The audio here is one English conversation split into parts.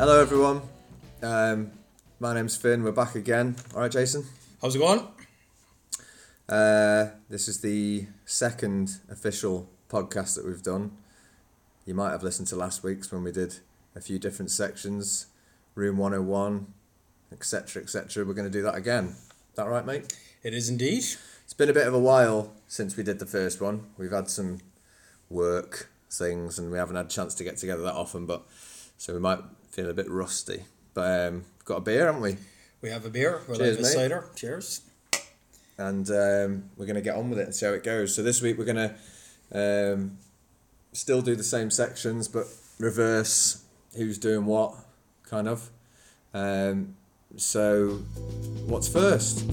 Hello, everyone. Um, my name's Finn. We're back again. All right, Jason. How's it going? Uh, this is the second official podcast that we've done. You might have listened to last week's when we did a few different sections, Room 101, etc., etc. We're going to do that again. Is that right, mate? It is indeed. It's been a bit of a while since we did the first one. We've had some work things and we haven't had a chance to get together that often, but so we might feel a bit rusty. But um, got a beer, haven't we? We have a beer. We're Cheers, like a mate. cider. Cheers. and um, we're going to get on with it and see how it goes. So this week we're going to um, still do the same sections, but reverse who's doing what, kind of. Um, so what's first?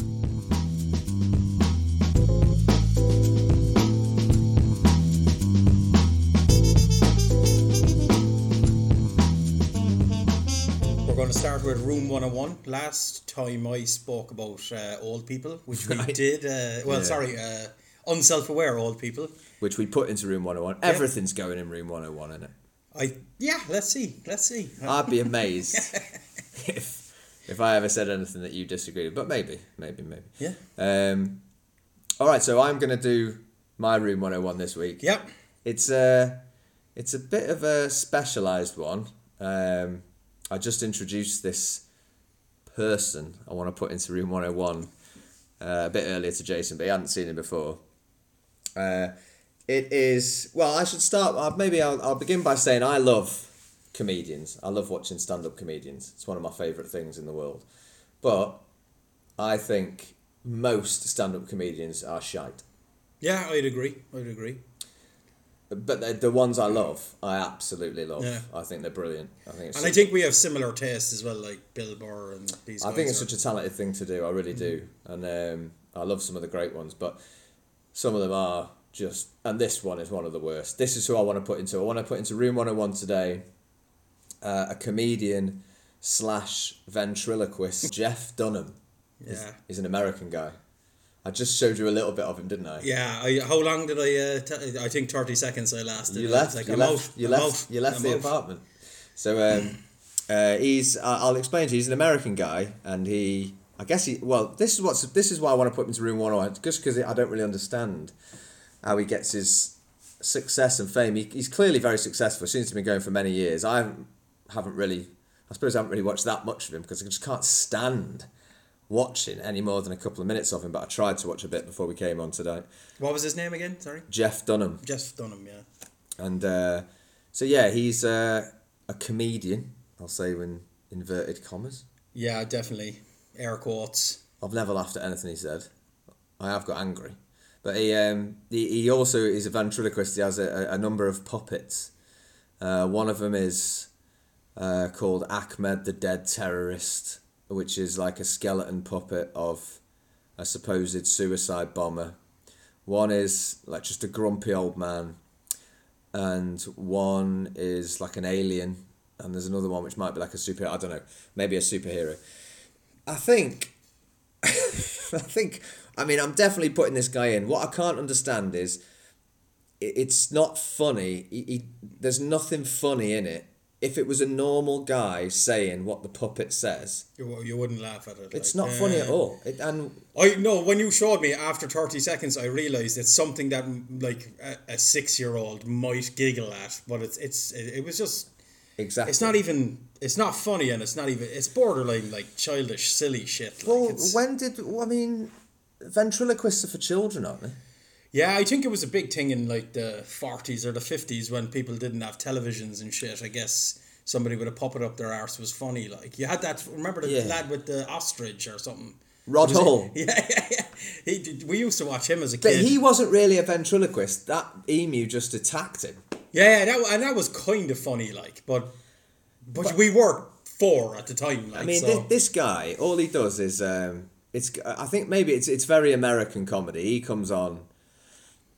We're going to start with Room 101. Last time I spoke about uh, old people, which we Right. did. Uh, well, Yeah. sorry, uh, unself aware old people. Which we put into room 101. Everything's going in room 101, isn't it? I Yeah, let's see. Let's see. I'd be amazed if if I ever said anything that you disagreed with, but maybe, maybe, maybe. Yeah. Um, all right, so I'm going to do my room 101 this week. Yep. It's a it's a bit of a specialized one. Um, I just introduced this person I want to put into room 101 uh, a bit earlier to Jason, but he hadn't seen him before. Uh, it is well. I should start. Uh, maybe I'll, I'll begin by saying I love comedians. I love watching stand-up comedians. It's one of my favorite things in the world. But I think most stand-up comedians are shite Yeah, I'd agree. I'd agree. but the, the ones I love, I absolutely love. Yeah. I think they're brilliant. I think it's And I think we have similar tastes as well, like Bill Burr and these I guys. think it's are- such a talented thing to do. I really do, Mm-hmm. and um, I love some of the great ones, but some of them are just. And this one is one of the worst. This is who I want to put into. I want to put into room one hundred and one today. Uh, a comedian slash ventriloquist, Jeff Dunham. He's- Yeah. he's an American guy. I just showed you a little bit of him, didn't I? Yeah, I, how long did I? Uh, t- I think thirty seconds. I lasted. You I was left. Like, you, I'm left out, you I'm left. out, You left I'm the out. apartment. So um, uh, he's. I- I'll explain to you. He's an American guy, and he. I guess he. Well, this is what's. This is why I want to put him into room one hundred and one, just because I don't really understand how he gets his success and fame. He, he's clearly very successful. Seems to have been going for many years. I haven't, haven't really. I suppose I haven't really watched that much of him because I just can't stand watching any more than a couple of minutes of him. But I tried to watch a bit before we came on today. What was his name again? Sorry, Jeff Dunham. Jeff Dunham. Yeah. And uh, so yeah, he's uh, a comedian. I'll say in inverted commas. Yeah, definitely. Air quotes. I've never laughed at anything he said. I have got angry, but he um, he, he also is a ventriloquist. He has a, a, a number of puppets. Uh, one of them is uh, called Ahmed the Dead Terrorist, which is like a skeleton puppet of a supposed suicide bomber. One is like just a grumpy old man, and one is like an alien, and there's another one which might be like a superhero. I don't know, maybe a superhero. I think, I think, I mean, I'm definitely putting this guy in. What I can't understand is it- it's not funny. He, he, there's nothing funny in it. If it was a normal guy saying what the puppet says, You, you wouldn't laugh at it. it's like, not funny at uh, all. It, and I no. When you showed me after thirty seconds, I realized it's something that mm, like a, a six-year-old might giggle at, but it's it's it, it was just exactly, it's not even it's not funny and it's not even it's borderline like childish silly shit. Like Well, it's, when did I mean? Ventriloquists are for children, aren't they? yeah, I think it was a big thing in like the forties or the fifties when people didn't have televisions and shit. I guess somebody with a puppet up their arse was funny. Like you had that. Remember the Yeah. lad with the ostrich or something. Rod Was it- Hall. Yeah, yeah, yeah. He, did- we used to watch him as a But kid. he wasn't really a ventriloquist. That emu just attacked him. yeah, yeah, that, wa- and that was kind of funny, like, but, but we were four at the time, like, I mean, so. this, this guy, all he does is um, it's. I think maybe it's it's very American comedy. He comes on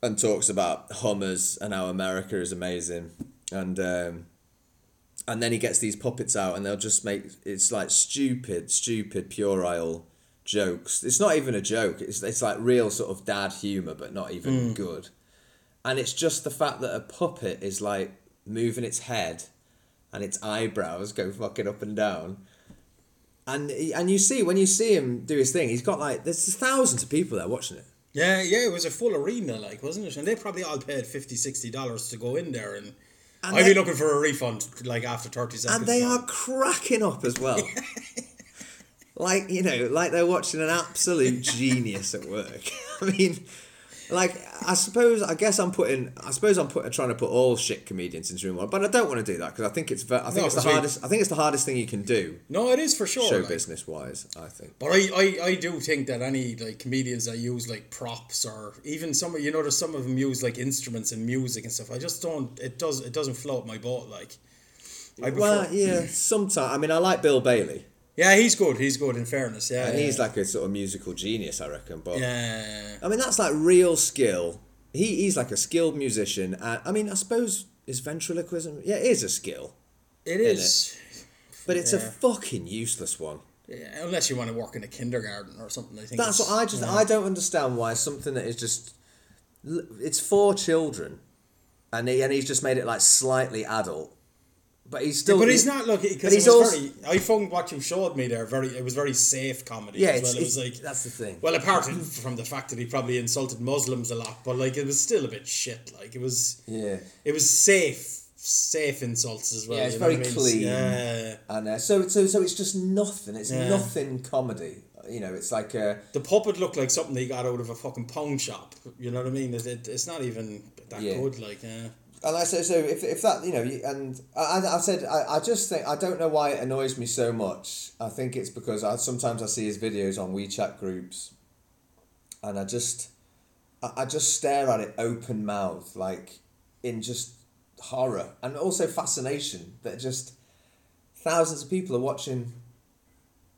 and talks about Hummers and how America is amazing, and um, and then he gets these puppets out and they'll just make it's like stupid, stupid puerile jokes. It's not even a joke. It's it's like real sort of dad humor, but not Hmm. even good. And it's just the fact that a puppet is like moving its head and its eyebrows go fucking up and down. And and you see when you see him do his thing, he's got like there's thousands of people there watching it. Yeah, yeah, it was a full arena, like, wasn't it? And they probably all paid 50 $60 to go in there. And, And I'd they- be looking for a refund, like, after 30 seconds. and they like. are cracking up as well. like you know, like they're watching an absolute genius at work. I mean, like I suppose I guess I'm putting I suppose I'm put, trying to put all shit comedians into room one, but I don't want to do that because I think it's ve- I think No, it's the because we- hardest I think it's the hardest thing you can do No, it is for sure. show like. business wise. I think. But I, I, I do think that any like comedians that use like props or even some you know there's some of them use like instruments and music and stuff. I just don't it does it doesn't float my boat like. I prefer, Well, yeah, sometimes I mean I like Bill Bailey. yeah, he's good. He's good. In fairness, yeah, And he's yeah. like a sort of musical genius, I reckon. But yeah. I mean, that's like real skill. He, he's like a skilled musician. Uh, I mean, I suppose is ventriloquism. Yeah, it is a skill, It is, but it's a Yeah. fucking useless one. yeah, unless you want to work in a kindergarten or something. I think That's it's- what I just I don't understand why something that is just l- it's for children, and he, and he's just made it like slightly adult, but he's still. But he's not looking because but he's it was also- very. I found what you showed me there. Very, it was very safe comedy. Yeah, as it's, well. it was it's- like that's the thing. Well, apart from- from the fact that he probably insulted Muslims a lot, but like it was still a bit shit. Like it was, yeah. it was safe, safe insults as well. Yeah, it's you know what very I mean? clean. Yeah, And uh, so so so it's just nothing. It's Yeah. nothing comedy. You know, it's like uh, the puppet looked like something they got out of a fucking pawn shop. You know what I mean? It, it, it's not even that Yeah. good. Like, yeah. And I said, so if, if that, you know, you- and I, I I said, I, I just think, I don't know why it annoys me so much. I think it's because I sometimes I see his videos on WeChat groups and I just, I, I just stare at it open mouth, like in just horror and also fascination that just thousands of people are watching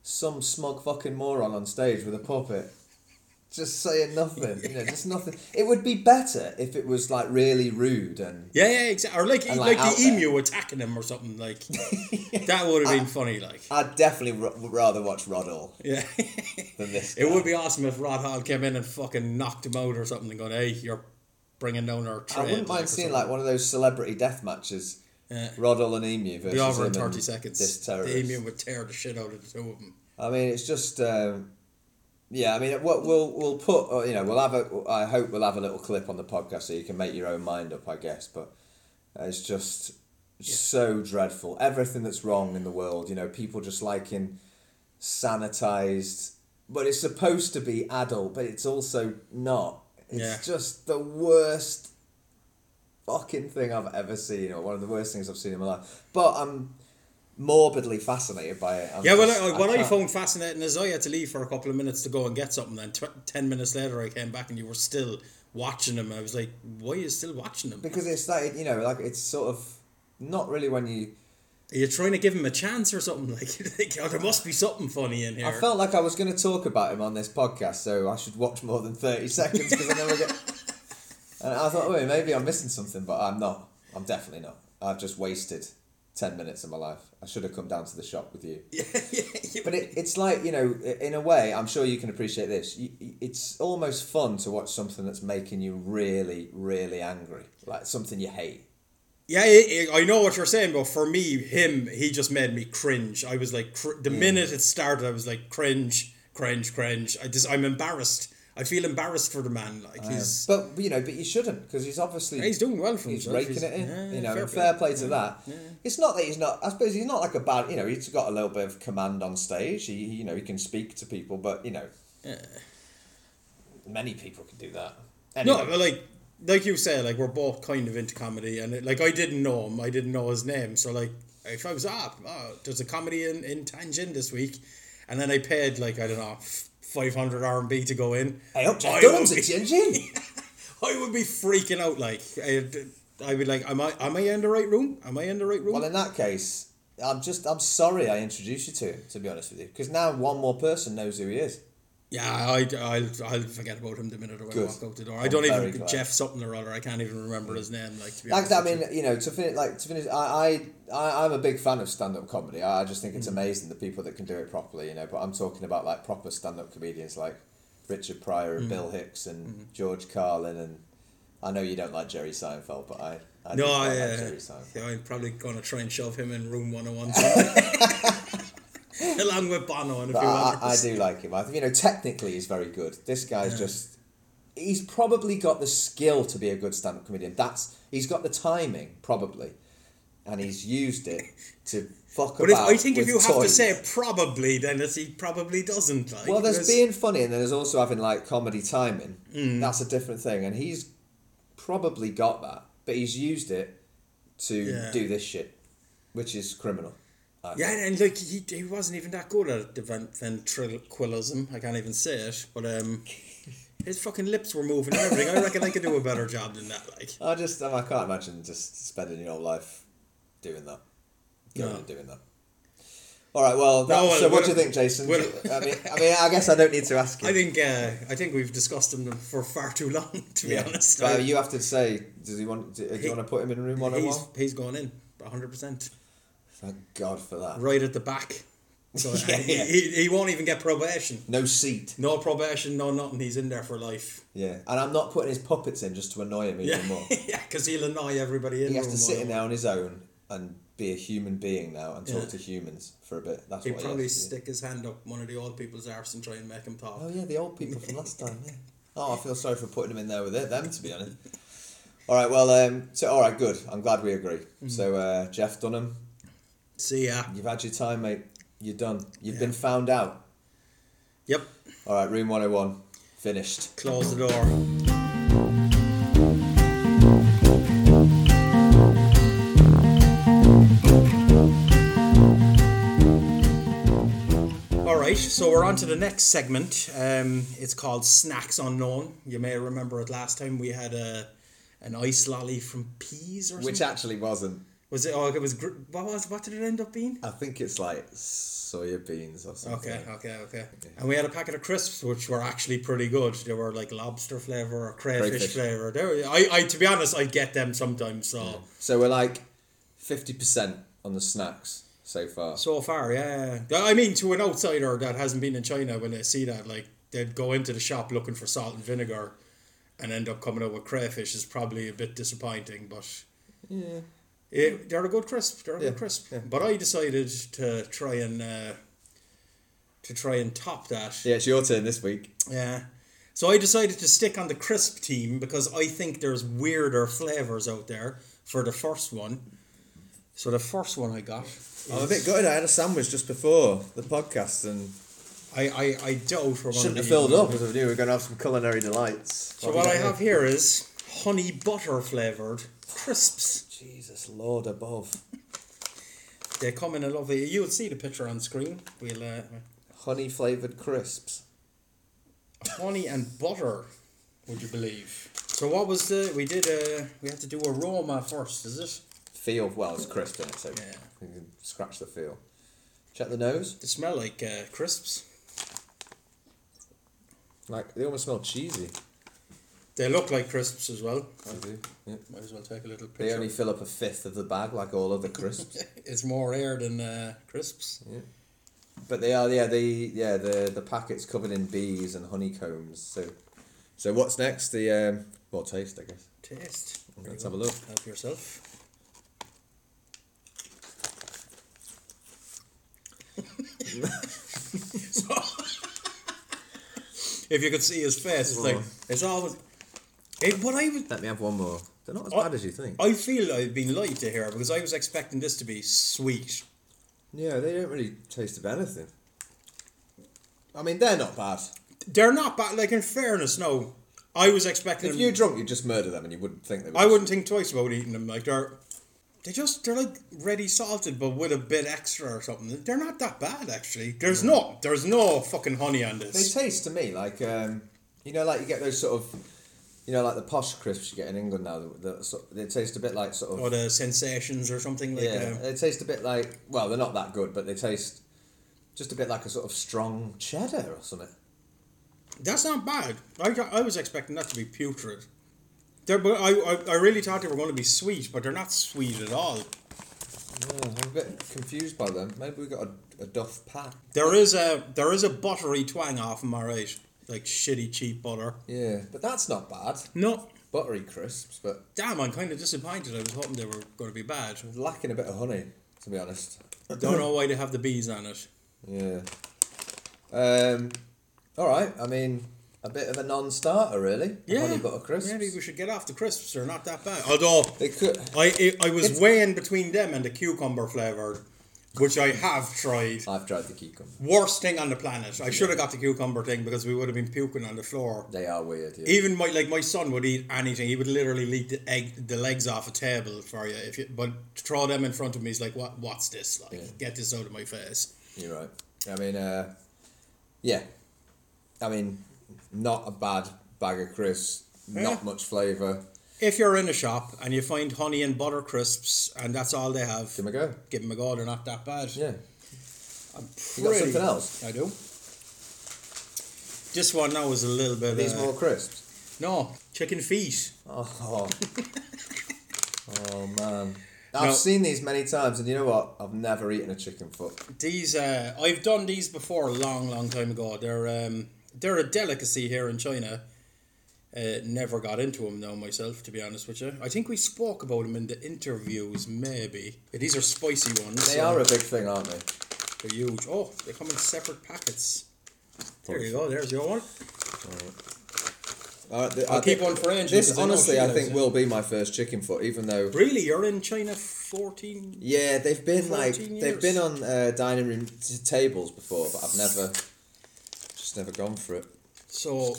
some smug fucking moron on stage with a puppet just saying nothing, you know, just nothing. It would be better if it was like really rude and yeah, yeah, exactly. Or like, And, like, like, out the there. Uh, emu attacking him or something. Like that would have been funny. Like, I'd definitely r- rather watch Roddle yeah. than this. It guy. would be awesome if Rod Hall came in and fucking knocked him out or something and going, hey, you're bringing down our I trade. wouldn't or mind seeing something. like one of those celebrity death matches. Yeah. Roddle and Emu versus be over in him and 30 seconds. This terrorist. the Emu would tear the shit out of the two of them. I mean, it's just. Um, yeah, I mean, we'll we'll, we'll put uh, you know we'll have a. I hope we'll have a little clip on the podcast so you can make your own mind up, I guess. But it's just so dreadful. Everything that's wrong in the world, you know, people just liking sanitized, but it's supposed to be adult, but it's also not. It's Yeah. just the worst fucking thing I've ever seen, or one of the worst things I've seen in my life. But I'm morbidly fascinated by it. I'm Yeah, well, just- I, what I, can't- found fascinating is I had to leave for a couple of minutes to go and get something. And tw 10 minutes later, I came back and you were still watching them. I was like, why are you still watching them? because it's like you know like it's sort of not really when you Are you trying to give him a chance or something? Like, you're like, oh, there must be something funny in here. i felt like i was going to talk about him on this podcast so i should watch more than 30 seconds because i never get and i thought wait maybe i'm missing something but i'm not i'm definitely not i've just wasted 10 minutes of my life i should have come down to the shop with you yeah, yeah, but it, it's like you know i- in a way i'm sure you can appreciate this you, you- it's almost fun to watch something that's making you really really angry like something you hate yeah I- I I know what you're saying, but for me, him, he just made me cringe. I was like, cr- Hmm. the minute it started, I was like, cringe, cringe, cringe. I just, I'm embarrassed. I feel embarrassed for the man. Like, he's. but you know but you shouldn't because he's obviously Yeah, he's doing well for he's himself. raking it in. yeah, you know, fair, fair fair play. play to that. It's not that he's not. I suppose he's not like a bad. You know, he's got a little bit of command on stage. He, he- you know, he can speak to people, but you know, many people can do that. No, Anyway, but like like you say, like we're both kind of into comedy, and it, like I didn't know him, I didn't know his name, so like if I was up, oh, there's a comedy in in Tangent this week, and then I paid like I don't know five hundred RMB to go in. hey, up Jack I Dunham's would at be- Tianjin. I would be freaking out. Like I'd, I'd be like, am I am I in the right room? Am I in the right room? Well, in that case, I'm just I'm sorry I introduced you to him. To be honest with you, because now one more person knows who he is. yeah, I I'll, I'll forget about him the minute I Good. walk out the door. I I'm don't very even glad. Jeff something or other. I can't even remember his name. Like to be Like honest, that, I with you. mean, you know, to finish, like to finish, I, I, I I'm a big fan of stand up comedy. I, I just think it's amazing the people that can do it properly, you know. But I'm talking about like proper stand up comedians like Richard Pryor and Bill Hicks and George Carlin and I know you don't like Jerry Seinfeld, but I, I do No, uh, quite like yeah. Jerry Seinfeld. Yeah, I'm probably gonna try and shove him in room 101 sometime. along with Bono and a But few I, I, I others. do like him. I think you know technically he's very good. This guy's just he's probably got the skill to be a good stand-up comedian. That's he's got the timing probably, and he's used it to fuck But if, about. I think if with you have to toys. say probably, then it's, he probably doesn't. Like, well, there's because- Mm. being funny and then there's also having like comedy timing. That's a different thing, and he's probably got that, but he's used it to Yeah. do this shit, which is criminal. I Yeah, think. and like he, he wasn't even that good at the ven- ventriloquism. I can't even say it, but um, his fucking lips were moving and everything. I reckon I could do a better job than that. Like, I just um, I can't imagine just spending your whole life doing that, going No. and doing that. All right, well, that, No, well, so what well, do you think, Jason? well- I mean, I mean, I guess I don't need to ask you. I think uh, I think we've discussed him for far too long. To be Yeah. honest, Well, I- you have to say, does he want? Do, do He- you want to put him in room one hundred and one? he's he's going in 100 percent Thank God for that. right at the back. So Yeah, and he- yeah. He, he won't even get probation. No seat. No probation, no nothing. He's in there for life. Yeah, and I'm not putting his puppets in just to annoy him Yeah, even more. yeah, because he'll annoy everybody in. He has to room sit in one. there on his own and be a human being now and talk Yeah. to humans for a bit. That's He'd what he probably has to do. stick his hand up one of the old people's arse and try and make him talk. Oh yeah, the old people from last time. Yeah. Oh, I feel sorry for putting them in there with it, them. To be honest. All right. Well. Um. So all right. Good. I'm glad we agree. So uh, Jeff Dunham, See ya. you've had your time, mate. You're done. You've Yeah. been found out. Yep. All right. Room 101. Finished. Close the door. All right, so we're on to the next segment. Um, it's called Snacks Unknown. You may remember it last time we had a an ice lolly from peas or something. Which actually wasn't. was it? Oh, it was. gr- What was? What did it end up being? I think it's like soya beans or something. Okay, okay, okay. And we had a packet of crisps, which were actually pretty good. They were like lobster flavor or crayfish, Crayfish. flavor. They were, I, I, to be honest, I get them sometimes. So, So we're like, fifty percent on the snacks so far. so far, yeah. yeah. I mean, to an outsider that hasn't been in China, when they see that, like, they'd go into the shop looking for salt and vinegar, and end up coming out with crayfish is probably a bit disappointing. But Yeah. Yeah, they're a good crisp. They're a Yeah, good crisp. yeah. But I decided to try and uh, to try and top that. Yeah. It's your turn this week. Yeah. So I decided to stick on the crisp team because I think there's weirder flavors out there for the first one. So the first one I got, I'm a bit gutted. I had a sandwich just before the podcast and I I, I doubt we're going Shouldn't to have filled up as I knew we were going to have some culinary delights. So what I have here is honey butter flavored crisps. Jesus Lord above. They come in a lovely. You'll see the picture on screen. We'll uh, Honey flavoured crisps. honey and butter. Would you believe? So what was the? We did uh We had to do aroma first. Is it? Feel, well, it's crisp in it, so Yeah. you can scratch the feel. Check the nose. They smell like uh, crisps. Like, they almost smell cheesy. They look like crisps as well. They, do. Yeah. Might as well take a little picture. they only fill up a fifth of the bag, like all other crisps. It's more air than uh, crisps. but they are, yeah, they, yeah, the the packet's covered in bees and honeycombs. So, so what's next? The um, well, taste, I guess. Taste. Let's have a look. Help yourself. so, if you could see his face, it's like Uh-huh. it's always. It, but I was, Let me have one more. They're not as Oh, bad as you think. I feel I've been lied to here because I was expecting this to be sweet. Yeah, they don't really taste of anything. I mean, they're not bad. They're not bad. Like in fairness, no, I was expecting. If them- you were drunk, you'd just murder them and you wouldn't think they would. Um, I wouldn't think twice about eating them. Like they're they just they're like ready salted, but with a bit extra or something. They're not that bad actually. There's no there's no fucking honey on They this. taste to me like, um, you know, like you get those sort of, you know, like the posh crisps you get in England now. That, that sort they taste a bit like sort of. Or the sensations or something like yeah, that. they taste a bit like. Well, they're not that good, but they taste just a bit like a sort of strong cheddar or something. That's not bad. I, got- I was expecting that to be putrid. They're, but I, I, I really thought they were going to be sweet, but they're not sweet at all. Yeah, I'm a bit confused by them. Maybe we got a, a Duff pack. There is a there is a buttery twang off them, alright. Like shitty cheap butter. Yeah, but that's not bad. No, buttery crisps, but Damn, I'm kind of disappointed. I was hoping they were going to be bad. lacking a bit of honey, to be honest. Don't know why they have the bees on it. Yeah. Um. All right. I mean, a bit of a non-starter, really. Yeah. Honey butter crisps. Maybe we should get off the crisps. They're not that bad. Although They could. I I, I was weighing between them and the cucumber flavored, which I have tried. I've tried the cucumber. Worst thing on the planet. I should have got the cucumber thing because we would have been puking on the floor. They are weird. Yeah. Even my like my son would eat anything. He would literally lead the egg the legs off a table for you. If you but to throw them in front of me, he's like, what What's this like? Yeah. Get this out of my face. You're right. I mean, uh, yeah. I mean, not a bad bag of crisps. Yeah. Not much flavour. If you're in a shop and you find honey and butter crisps and that's all they have, Give 'em a go. give them a go. They're not that bad. Yeah. Pretty, You got something else? I do. This one now is a little bit. These uh, more crisps. No chicken feet. Oh. oh man. I've No. seen these many times, and you know what? I've never eaten a chicken foot. These uh, I've done these before a long, long time ago. They're um, they're a delicacy here in China. Uh, never got into them now myself, to be honest with you. I think we spoke about them in the interviews, maybe. Yeah, these are spicy ones. They so are a big thing, aren't they? they're huge. Oh, they come in separate packets. There you go. There's your one. All right, th- I'll I keep think- one for Angel, uh, This 'cause I know honestly, she I loves think it. will be my first chicken foot, even though. Really, you're in China fourteen. Yeah, they've been like 14 they've been years. on uh, dining room t- tables before, but I've never just never gone for it. So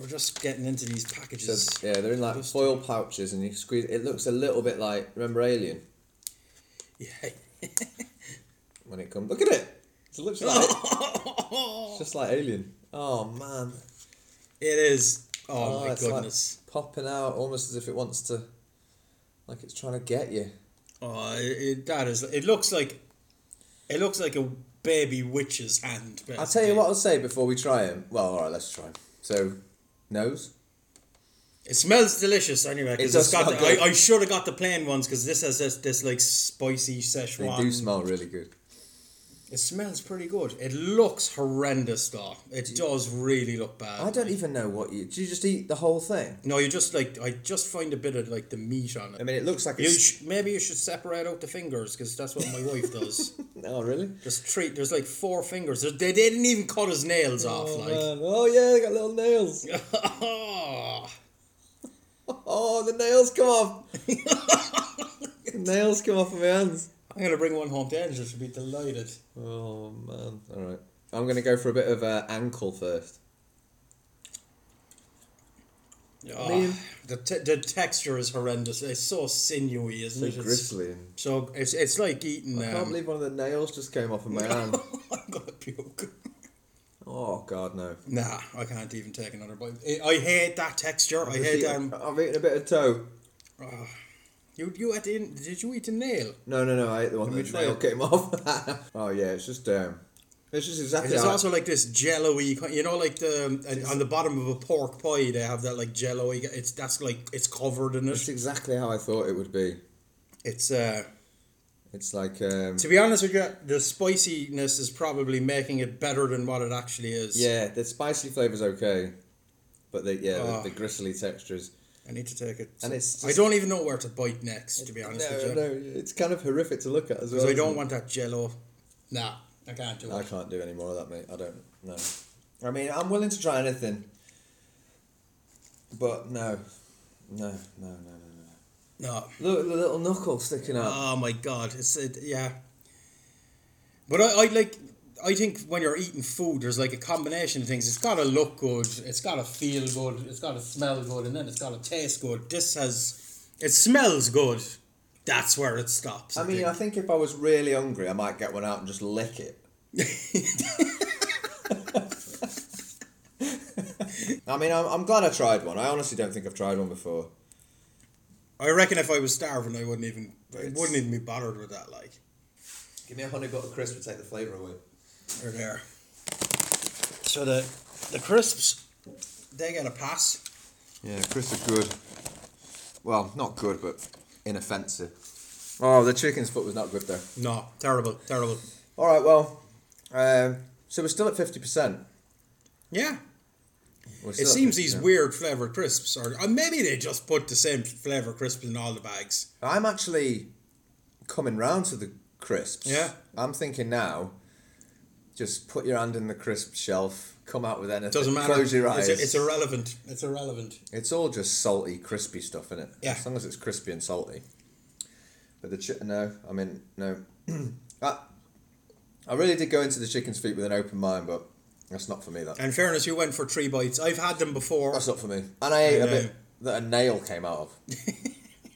we're just getting into these So, packages. yeah, they're in like Just- foil pouches, and you squeeze. It looks a little bit like remember Alien Yeah. when it comes. Look at it. It looks like it's just like Alien. Oh man. It is. Oh, my it's like goodness. popping out almost as if it wants to, like it's trying to get you. Oh, it, it, that is. It looks like, it looks like a baby witch's hand. I'll tell you what I'll say before we try him. Well, all right, let's try him. So, nose. It smells delicious anyway. It Because does it's got. smell The, good. I, I should have got the plain ones because this has this, this like spicy They Szechuan. do smell really good. It smells pretty good. It looks horrendous though. It does really look bad. I don't e- even know what you. Do you just eat the whole thing? No, you just like I just find a bit of like the meat on it. I mean, it looks like you it's. sh- maybe you should separate out the fingers because that's what my wife does. oh really? There's three. There's like four fingers. There- They, they didn't even cut his nails off. Oh, Like, man. oh yeah, they got little nails. Oh, the nails come off. the nails come off of my hands. I'm gonna bring one home to Angela. She'll be delighted. Oh man! All right, I'm gonna go for a bit of uh, ankle first. Ah, mean- the, te- the texture is horrendous. It's so sinewy, isn't So it? It's- gristly. And... so it's it's like eating. I can't Um, believe one of the nails just came off of my hand. I'm gonna puke. Oh god, no. Nah, I can't even take another bite. I, I hate that texture. I Just hate eat- um. I've eaten a bit of toe. You you at the end, did you eat a nail? No, no, no. I ate the one Let me that the try nail it. came off. oh yeah, it's just um, it's just exactly. There's how I- also like this jello-y, kind- you know, like the and on the bottom of a pork pie they have that like jello-y. It's that's like it's covered in It's it. exactly how I thought it would be. It's uh. It's like um, To be honest with you, the spiciness is probably making it better than what it actually is. yeah, the spicy flavor's okay, but the yeah Oh. the, the gristly textures. I need to take it. And it's I just- don't even know where to bite next, to be honest no, with you. no, it's kind of horrific to look at as well. 'Cause I isn't don't it? want that jello. Nah, I can't do I it. can't do any more of that, mate. I don't know. I mean, I'm willing to try anything, but no, no, no, no, no, no. No. Look, the little knuckle sticking out. Oh my god. It's it, yeah. But I, I like I think when you're eating food there's like a combination of things. It's gotta look good, it's gotta feel good, it's gotta smell good, and then it's gotta taste good. This has it smells good. That's where it stops. I mean, I think. think if I was really hungry, I might get one out and just lick it. I mean, I'm, I'm glad I tried one. I honestly don't think I've tried one before. I reckon if I was starving I wouldn't even I It's- wouldn't even be bothered with that like. Give me a honey butter crisp to take the flavour away. They're there. So the the crisps, they get a pass. Yeah, crisps are good. Well, not good, but inoffensive. Oh, the chicken's foot was not good though. No, terrible, terrible. All right, well, um, so we're still at fifty percent. Yeah, What's It up? seems these Yeah. weird flavored crisps are. Or maybe they just put the same flavor crisps in all the bags. I'm actually coming round to the crisps. Yeah. I'm thinking now, just put your hand in the crisp shelf, come out with anything. Doesn't matter. Close your It's- eyes. It's, irrelevant. It's irrelevant. It's all just salty, crispy stuff, isn't it? Yeah. As long as it's crispy and salty. But the chicken, no, I mean, no. I, I really did go into the chicken's feet with an open mind, but that's not for me, that. And in fairness, you went for three bites. I've had them before. That's not for me. And I ate a know. bit that a nail came out of.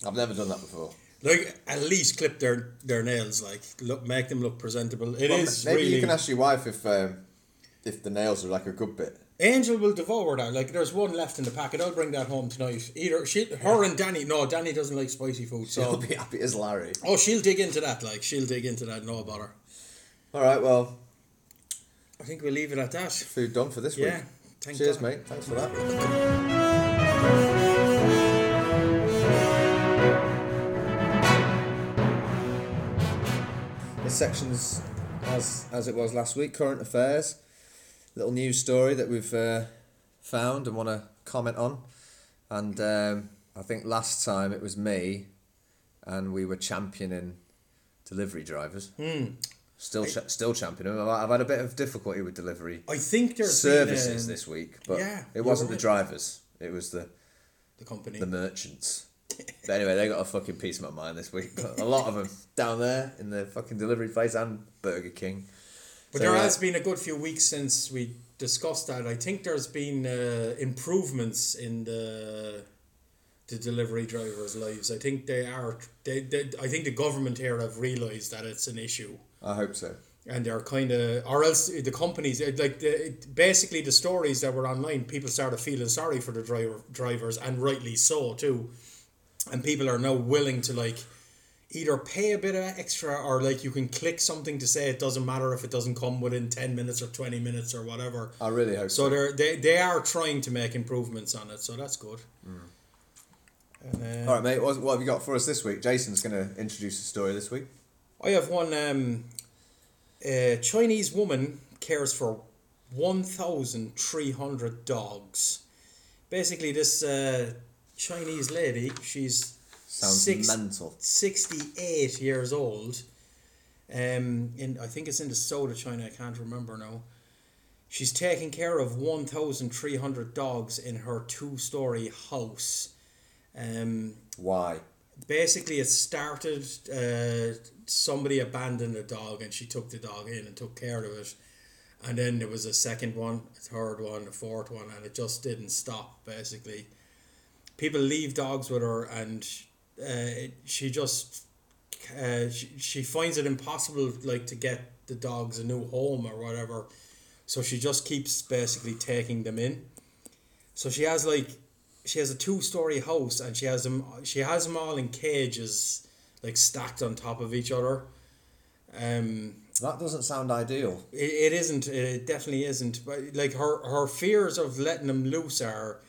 I've never done that before. Like at least clip their their nails. Like look, make them look presentable. It is Well, maybe really. you can ask your wife if um, if the nails are like a good bit. Angel will devour that. Like there's one left in the packet. I'll bring that home tonight. Either she, her, and Danny. No, Danny doesn't like spicy food. I'll So be happy as Larry. oh, she'll dig into that. Like she'll dig into that. No bother. All right, well, I think we'll leave it at that. food done for this Yeah. week. Thank Cheers, God. mate. Thanks for that. This section's as as it was last week. Current affairs, little news story that we've uh, found and want to comment on. And um, I think last time it was me, and we were championing delivery drivers. Still, cha- still championing them. I've I've had a bit of difficulty with delivery I think there's services been, um, this week, but yeah, it you're wasn't right. the drivers. It was the the company. the merchants. But anyway, they got a fucking piece of my mind this week. But a lot of them down there in the fucking delivery place and Burger King. But So, there uh, has been a good few weeks since we discussed that. I think there's been uh, improvements in the the delivery drivers' lives. I think they are. They, they, I think the government here have realised that it's an issue, I hope so. and they're kind of, or else the companies it- like the it, basically the stories that were online. People started feeling sorry for the driver drivers, and rightly so too. And people are now willing to like either pay a bit of extra or like you can click something to say it doesn't matter if it doesn't come within 10 minutes or 20 minutes or whatever I really hope so. so they're they, they are trying to make improvements on it so that's good And, uh, All right, mate. What, what have you got for us this week? Jason's going to introduce the story this week. i have one um a chinese woman cares for 1300 dogs basically this uh chinese lady she's Sounds six, mental. 68 years old. Um, in I think it's in the south of China. I can't remember now. She's taking care of one thousand three hundred dogs in her two-story house. Um, Why? basically, it started. Uh, somebody abandoned a dog, and she took the dog in and took care of it. And then there was a second one, a third one, a fourth one, and it just didn't stop. Basically, people leave dogs with her, and uh, it- she just uh, she, she finds it impossible like to get the dogs a new home or whatever. So she just keeps basically taking them in. So she has like she has a two story house, and she has them she has them all in cages, like stacked on top of each other. Um, That doesn't sound ideal. it, it isn't. It definitely isn't. But like her, her fears of letting them loose are.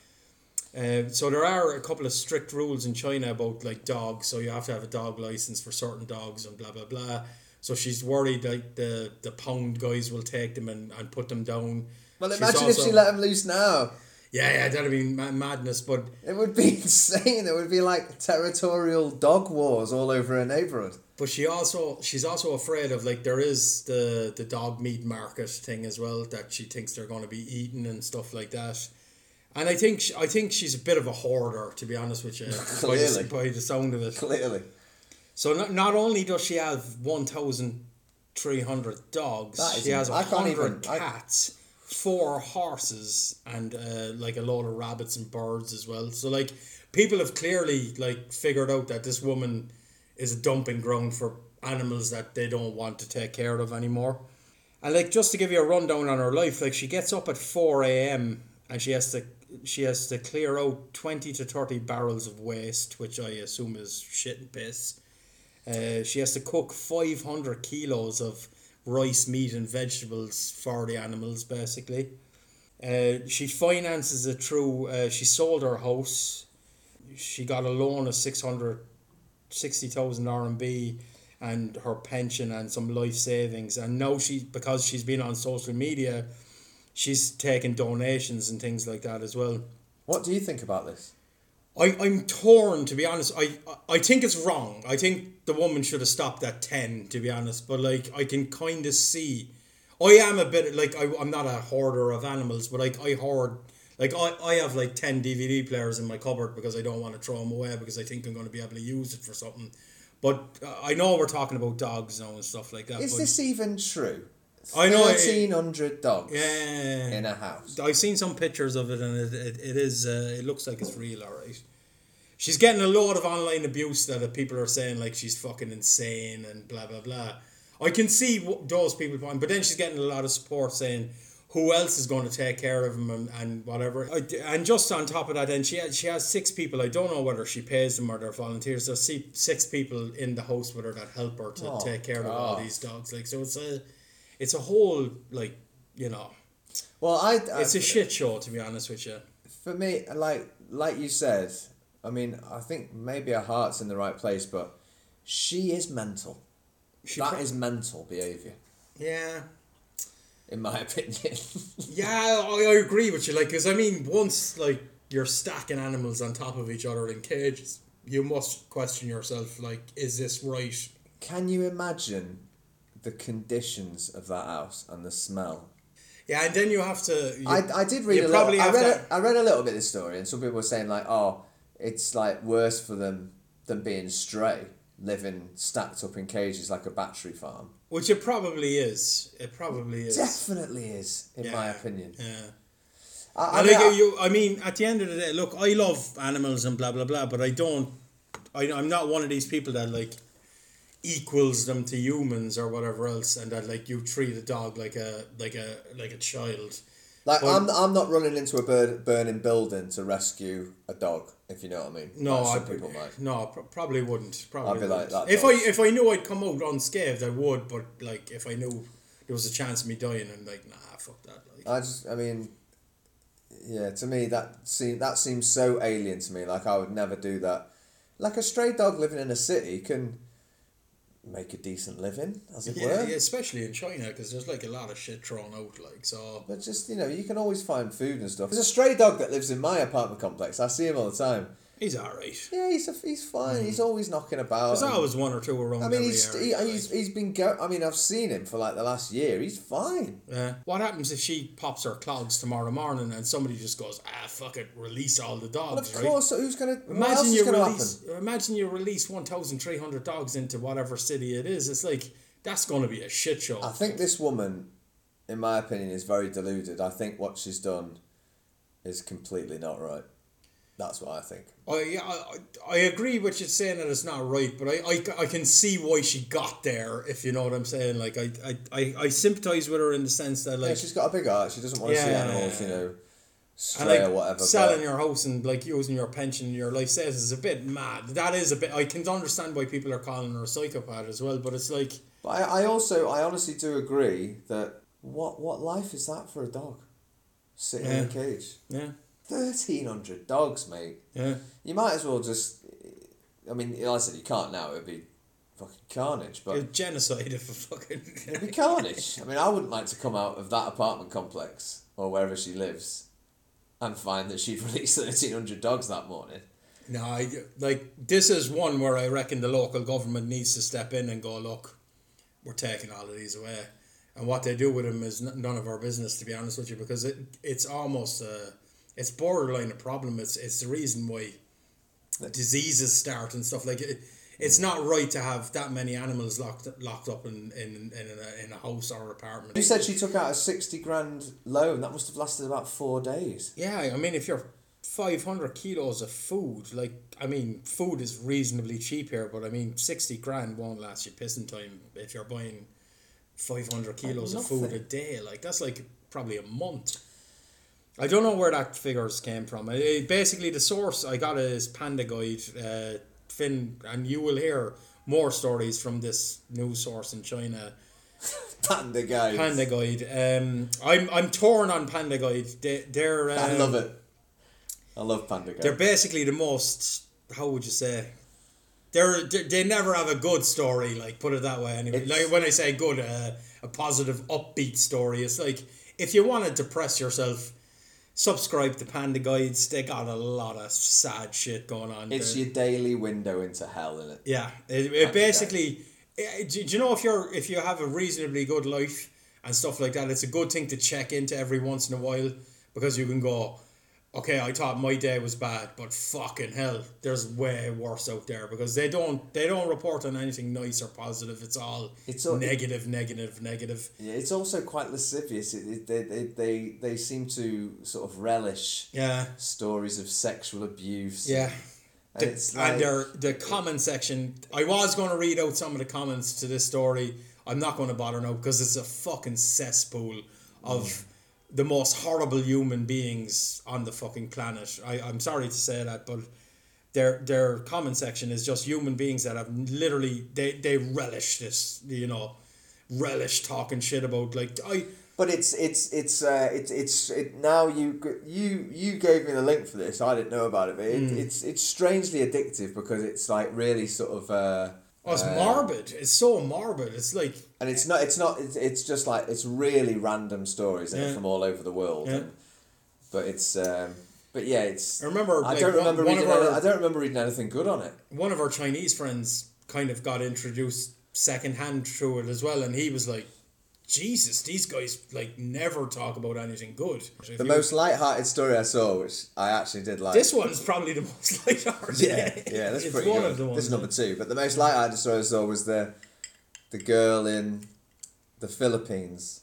Uh, so there are a couple of strict rules in China about like dogs. So you have to have a dog license for certain dogs and blah blah blah. So she's worried like the the pound guys will take them and, and put them down. Well, She's imagine if also- she let him loose now. Yeah, yeah, that'd be ma- madness. But It would be insane. It would be like territorial dog wars all over her neighbourhood. But she also she's also afraid of like there is the the dog meat market thing as well that she thinks they're going to be eaten and stuff like that. And I think sh I think she's a bit of a hoarder to be honest with you. by, Clearly. the, by the sound of it. Clearly. So not, not only does she have one thousand three hundred dogs, That is she has in- I can't hundred even- I- cats, four horses, and uh, like a lot of rabbits and birds as well. So like people have clearly like figured out that this woman is a dumping ground for animals that they don't want to take care of anymore. And like just to give you a rundown on her life, like she gets up at four a.m. and she has to she has to clear out twenty to thirty barrels of waste, which I assume is shit and piss. Uh, she has to cook 500 kilos of rice, meat, and vegetables for the animals, basically. Uh, she finances it through, uh, she sold her house. She got a loan of 660,000 RMB and her pension and some life savings. And now she, because she's been on social media, she's taking donations and things like that as well. What do you think about this? I, I'm torn to be honest. I I think it's wrong. I think the woman should have stopped at ten to be honest. But like I can kind of see, I am a bit like I I'm not a hoarder of animals, but like I hoard like I, I have like ten DVD players in my cupboard because I don't want to throw them away because I think I'm going to be able to use it for something. But uh, I know we're talking about dogs now and stuff like that. Is but this even true? I know it- thirteen hundred dogs yeah. in a house. I've seen some pictures of it, and it, it, it is uh, it looks like it's real, all right. She's getting a lot of online abuse that uh, people are saying like she's fucking insane and blah blah blah. I can see what those people point, but then she's getting a lot of support saying who else is going to take care of them and, and whatever. I, and just on top of that, then she has, she has six people. I don't know whether she pays them or they're volunteers. There's si- six people in the house with her that help her to Oh, take care of all God. these dogs. Like so, it's a it's a whole like you know Well, I, I it's a shit show, to be honest with you. for me, like like you said, I mean, I think maybe her heart's in the right place, but she is mental. That is She pro- mental behaviour, Yeah. in my opinion. Yeah, I, I agree with you. Like, because I mean, once like you're stacking animals on top of each other in cages, you must question yourself. Like, is this right? Can you imagine the conditions of that house and the smell? Yeah, and then you have to. You, I, I did read you a probably little. I have read to- a, I read a little bit of this story, and some people were saying like, oh, it's like worse for them than being stray, living stacked up in cages like a battery farm. which it probably is. It probably is. Definitely is, in my Yeah. opinion. Yeah. I, I I mean, like I- you. I mean, at the end of the day, look, I love animals and blah blah blah, but I don't. I, I'm not one of these people that like equals them to humans or whatever else, and that like you treat a dog like a like a like a child. Like Well- I'm, I'm not running into a bird, burning building to rescue a dog, if you know what I mean. No, like some I, people might. No, pr- probably wouldn't. Probably I'd be like, wouldn't. that if I dog's- if I knew I'd come out unscathed, I would. But like, if I knew there was a chance of me dying, I'm like, nah, fuck that. Like, I just, I mean, yeah. To me, that seem that seems so alien to me. Like I would never do that. Like a stray dog living in a city can make a decent living, as it yeah, were. yeah, especially in China because there's like a lot of shit thrown out. Like, so But just you know, you can always find food and stuff. There's a stray dog that lives in my apartment complex. I see him all the time. he's all right. Yeah, he's a, he's fine. He's always knocking about. Mm. There's and- always one or two around. I mean, every he's, he, area, like. he's he's been go. I mean, I've seen him for like the last year. He's fine. Yeah. What happens if she pops her clogs tomorrow morning and somebody just goes, ah, fuck it, release all the Well, of dogs, right? course, who's gonna? what else Imagine is you gonna release, imagine you release one thousand three hundred dogs into whatever city it is. It's like that's going to be a shit show. happen? I think this woman, in my opinion, is very deluded. I think what she's done is completely not right. That's what I think. I, yeah, I, I I agree with you saying that it's not right, but I, I, I can see why she got there, if you know what I'm saying. Like, I, I, I, I sympathize with her in the sense that, Yeah, like, she's got a big heart. She doesn't want to see Yeah. animals, you know, and, stray like or whatever. selling but your house and, like, using your pension and your life savings is a bit mad. That is a bit, I can understand why people are calling her a psychopath as well, but it's like, but I, I also, I honestly do agree that what what life is that for a dog, sitting in a Yeah. cage? yeah, Thirteen hundred dogs, mate. yeah. You might as well just. I mean, like I said, you can't now. It'd be fucking carnage, but You're genocide if a fucking. it'd be carnage. I mean, I wouldn't like to come out of that apartment complex or wherever she lives, and find that she'd released thirteen hundred dogs that morning. No, I, like this is one where I reckon the local government needs to step in and go, look, we're taking all of these away, and what they do with them is n- none of our business, to be honest with you, because it it's almost a, it's borderline a problem. It's it's the reason why diseases start and stuff like it. It's not right to have that many animals locked locked up in in, in, a, in a house or apartment. You said she took out a sixty grand loan. That must have lasted about four days. Yeah, I mean, if you're 500 kilos of food, like, I mean, food is reasonably cheap here, but I mean, 60 grand won't last you pissing time if you're buying 500 kilos of food a nothing. day. Like, that's like probably a month. I don't know where that figures came from. It- it- basically, the source I got is Panda Guide, uh, Finn, and you will hear more stories from this news source in China. Panda guys. Panda Guide. Um, I'm I'm torn on Panda Guide. They, they're um, I love it. I love panda guys. they're basically the most. How would you say? They're they they never have a good story. Like put it that way. Anyway, It's- like when I say good, uh, a positive, upbeat story. It's like if you want to depress yourself, subscribe to Panda Guides. They got a lot of sad shit going on. It's there. your daily window into hell, isn't it? Yeah, it, it basically. eh, Do do you know if you're if you have a reasonably good life and stuff like that, it's a good thing to check into every once in a while because you can go, okay, I thought my day was bad, but fucking hell, there's way worse out there because they don't they don't report on anything nice or positive. It's all It's it's all- negative, negative, negative. Yeah, it's also quite lascivious. It, it, they, they, they, they seem to sort of relish Yeah, stories of sexual abuse. yeah. And The, it's like, and their the comment section. I was going to read out some of the comments to this story. I'm not going to bother now because it's a fucking cesspool of Mm. the most horrible human beings on the fucking planet. I, I'm sorry to say that, but their their comment section is just human beings that have literally they they relish this. You know, relish talking shit about like I. But it's it's it's uh, it's it's it, now you g- you you gave me the link for this. I didn't know about it, but it, Hmm. it's it's strangely addictive because it's like really sort of. Uh, Oh, it's morbid. It's so morbid. It's like and it's not it's not it's, it's just like it's really random stories and Yeah. from all over the world Yeah. and, but it's um, but yeah it's I remember, I like, don't one- remember one of reading our- any- I don't remember reading anything good on it one of our Chinese friends kind of got introduced secondhand through it as well, and he was like, "Jesus, these guys like never talk about anything good." If the you- most light-hearted story I saw which I actually did like this one's probably the most lighthearted. yeah yeah that's it's pretty one good of the ones. this is number two but the most light-hearted story I saw was the the girl in the Philippines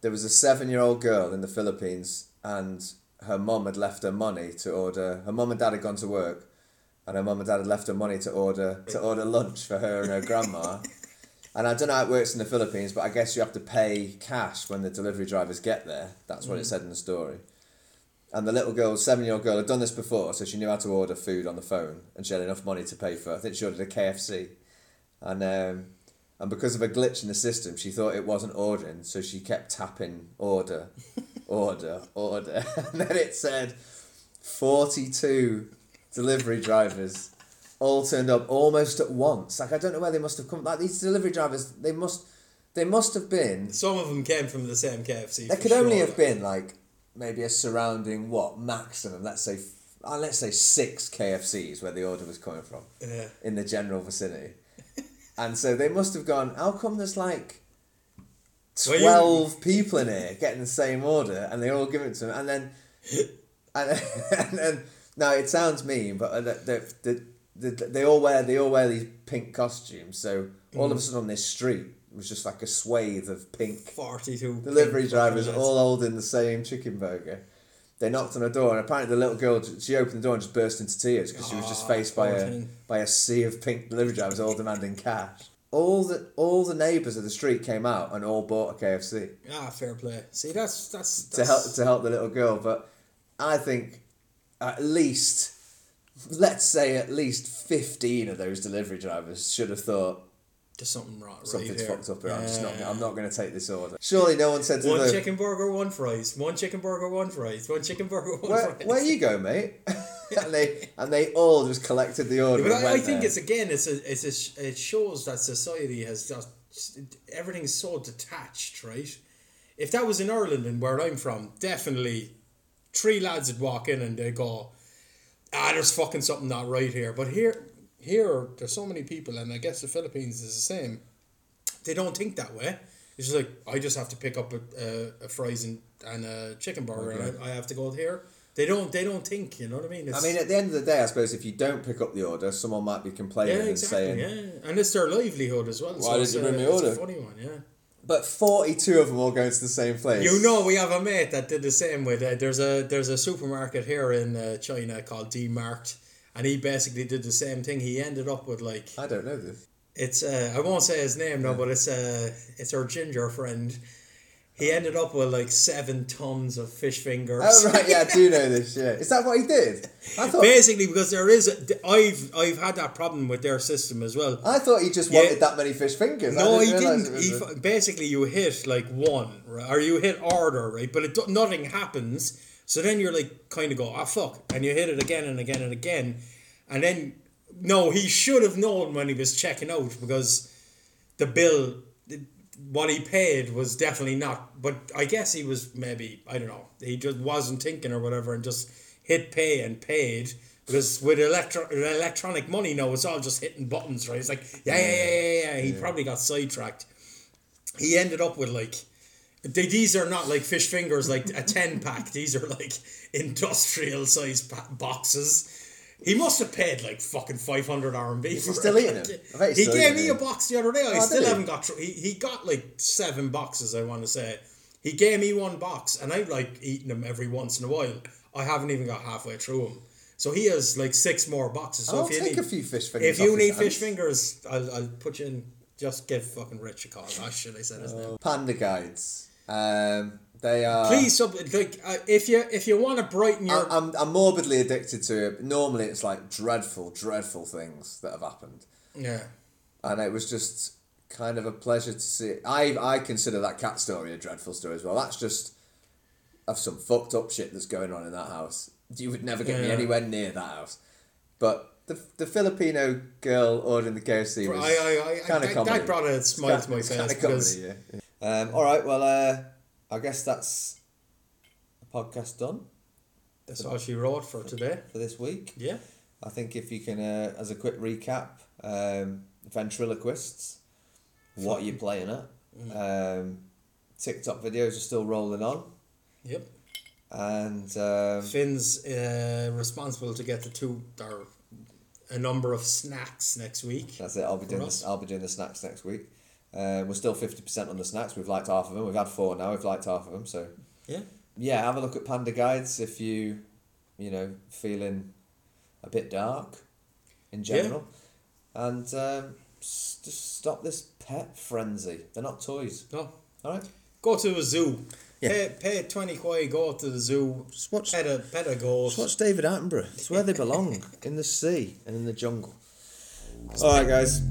there was a seven-year-old girl in the Philippines and her mom had left her money to order her mom and dad had gone to work and her mum and dad had left her money to order to order lunch for her and her grandma. And I don't know how it works in the Philippines, but I guess you have to pay cash when the delivery drivers get there. That's what it Mm. said in the story. And the little girl, seven year old girl, had done this before, so she knew how to order food on the phone, and she had enough money to pay for. I think she ordered a KFC, and um, and because of a glitch in the system, she thought it wasn't ordering, so she kept tapping order, order, order, and then it said 42 delivery drivers all turned up almost at once. Like I don't know where they must have come. Like these delivery drivers, they must, they must have been. Some of them came from the same KFC. There for could only sure. have been like maybe a surrounding what maximum. Let's say, uh, let's say six KFCs where the order was coming from Yeah. in the general vicinity. And so they must have gone, how come there's like Well, 12 you- people in here getting the same order and they all give it to them? And then, and then, and then now it sounds mean, but uh, they, they, they, they, all wear, they all wear these pink costumes. So all of Mm. a sudden on this street was just like a swathe of pink Forty-two delivery pink drivers fucking all holding the same chicken burger. They knocked on her door, and apparently the little girl she opened the door and just burst into tears because she was just Aw, faced by Ah, poor a thing. by a sea of pink delivery drivers all demanding cash. All the all the neighbours of the street came out and all bought a KFC lads. Ah, fair play. See, that's that's, to that's help to help the little girl. But I think at least let's say at least fifteen of those delivery drivers should have thought there's something wrong. right something's here. fucked up here. I'm just not Yeah. I'm not going to take this order. Surely no one said to One the chicken burger, one fries. One chicken burger, one fries. One chicken burger, one where, fries. where you go, mate? and they and they all just collected the order. But and I, I went think there. it's again, it's a, it's a, sh- it shows that society has just everything's so detached, right? If that was in Ireland and where I'm from, definitely three lads would walk in and they go, "Ah, there's fucking something not right here." But here, here, there's so many people, and I guess the Philippines is the same. They don't think that way. It's just like I just have to pick up a, a, a fries and, and a chicken burger, and I, I have to go here. They don't. They don't think. You know what I mean? I It's- mean, at the end of the day, I suppose if you don't pick up the order, someone might be complaining yeah, and exactly. saying, yeah, and it's their livelihood as well. Why did it's you a- bring me it's a order? funny one, yeah. but forty-two of them all going to the same place. You know, we have a mate that did the same with. Uh, there's a there's a supermarket here in uh, China called D Mart, and he basically did the same thing. He ended up with like I don't know this. it's uh, I won't say his name now, but it's uh, it's our ginger friend. He ended up with like seven tons of fish fingers. Oh right, yeah, I do know this. Yeah, is that what he did? I thought Basically, because there is, a, I've I've had that problem with their system as well. I thought he just Yeah. wanted that many fish fingers. I No, he didn't realise didn't. it was He, a- fu- basically, you hit like one, right? or you hit order, right? But it do- nothing happens. So then you're like, kind of go, ah, fuck, and you hit it again and again and again, and then no, he should have known when he was checking out because the bill, the, what he paid was definitely not. But I guess he was maybe I don't know. He just wasn't thinking or whatever, and just hit pay and paid because with electro- electronic money now it's all just hitting buttons, right? It's like yeah, yeah, yeah, yeah. yeah. He probably got sidetracked. He ended up with like. They, these are not like fish fingers, like a 10 pack. These are like industrial size pa- boxes. He must have paid like fucking 500 RMB. Is he for still it. eating them? I bet he's He still gave eating me a them. box the other day. I Oh, did still he? haven't got through. He, he got like seven boxes, I want to say. He gave me one box, and I've like eaten them every once in a while. I haven't even got halfway through them. So he has like six more boxes. So I'll if you take need, a few fish fingers. if you off need his hands. fish fingers, I'll, I'll put you in. Just give fucking Rich a call. That should I said his name. Panda guides. Um, they are. Please, sub, like uh, if you if you want to brighten your I- I'm, I'm morbidly addicted to it. Normally, it's like dreadful, dreadful things that have happened, yeah. and it was just kind of a pleasure to see. I I consider that cat story a dreadful story as well. That's just of some fucked up shit that's going on in that house. You would never get me Yeah. anywhere near that house. But the the Filipino girl ordering the KFC was I, I, I, kind of that, comedy. that brought a smile to my face because Um, all right, well, uh, I guess that's a podcast done that's all she wrote for today. for this week. Yeah. I think if you can, uh, as a quick recap, um, ventriloquists, what you're playing at, um, TikTok videos are still rolling on, Yep. and um, Finn's uh, responsible to get the two or a number of snacks next week. that's it. I'll be For doing us. this. I'll be doing the snacks next week. Uh, we're still fifty percent on the snacks. We've liked half of them. We've had four now. We've liked half of them. So Yeah. yeah, have a look at Panda Guides if you, you know, feeling a bit dark in Yeah. general. And um, s- just stop this pet frenzy. They're not toys. No. All right? Go to a zoo. Yeah. Pay, pay twenty quid. Go to the zoo. Just watch, Pet a pet a goat. just watch David Attenborough. It's where they belong in the sea and in the jungle. All right, guys.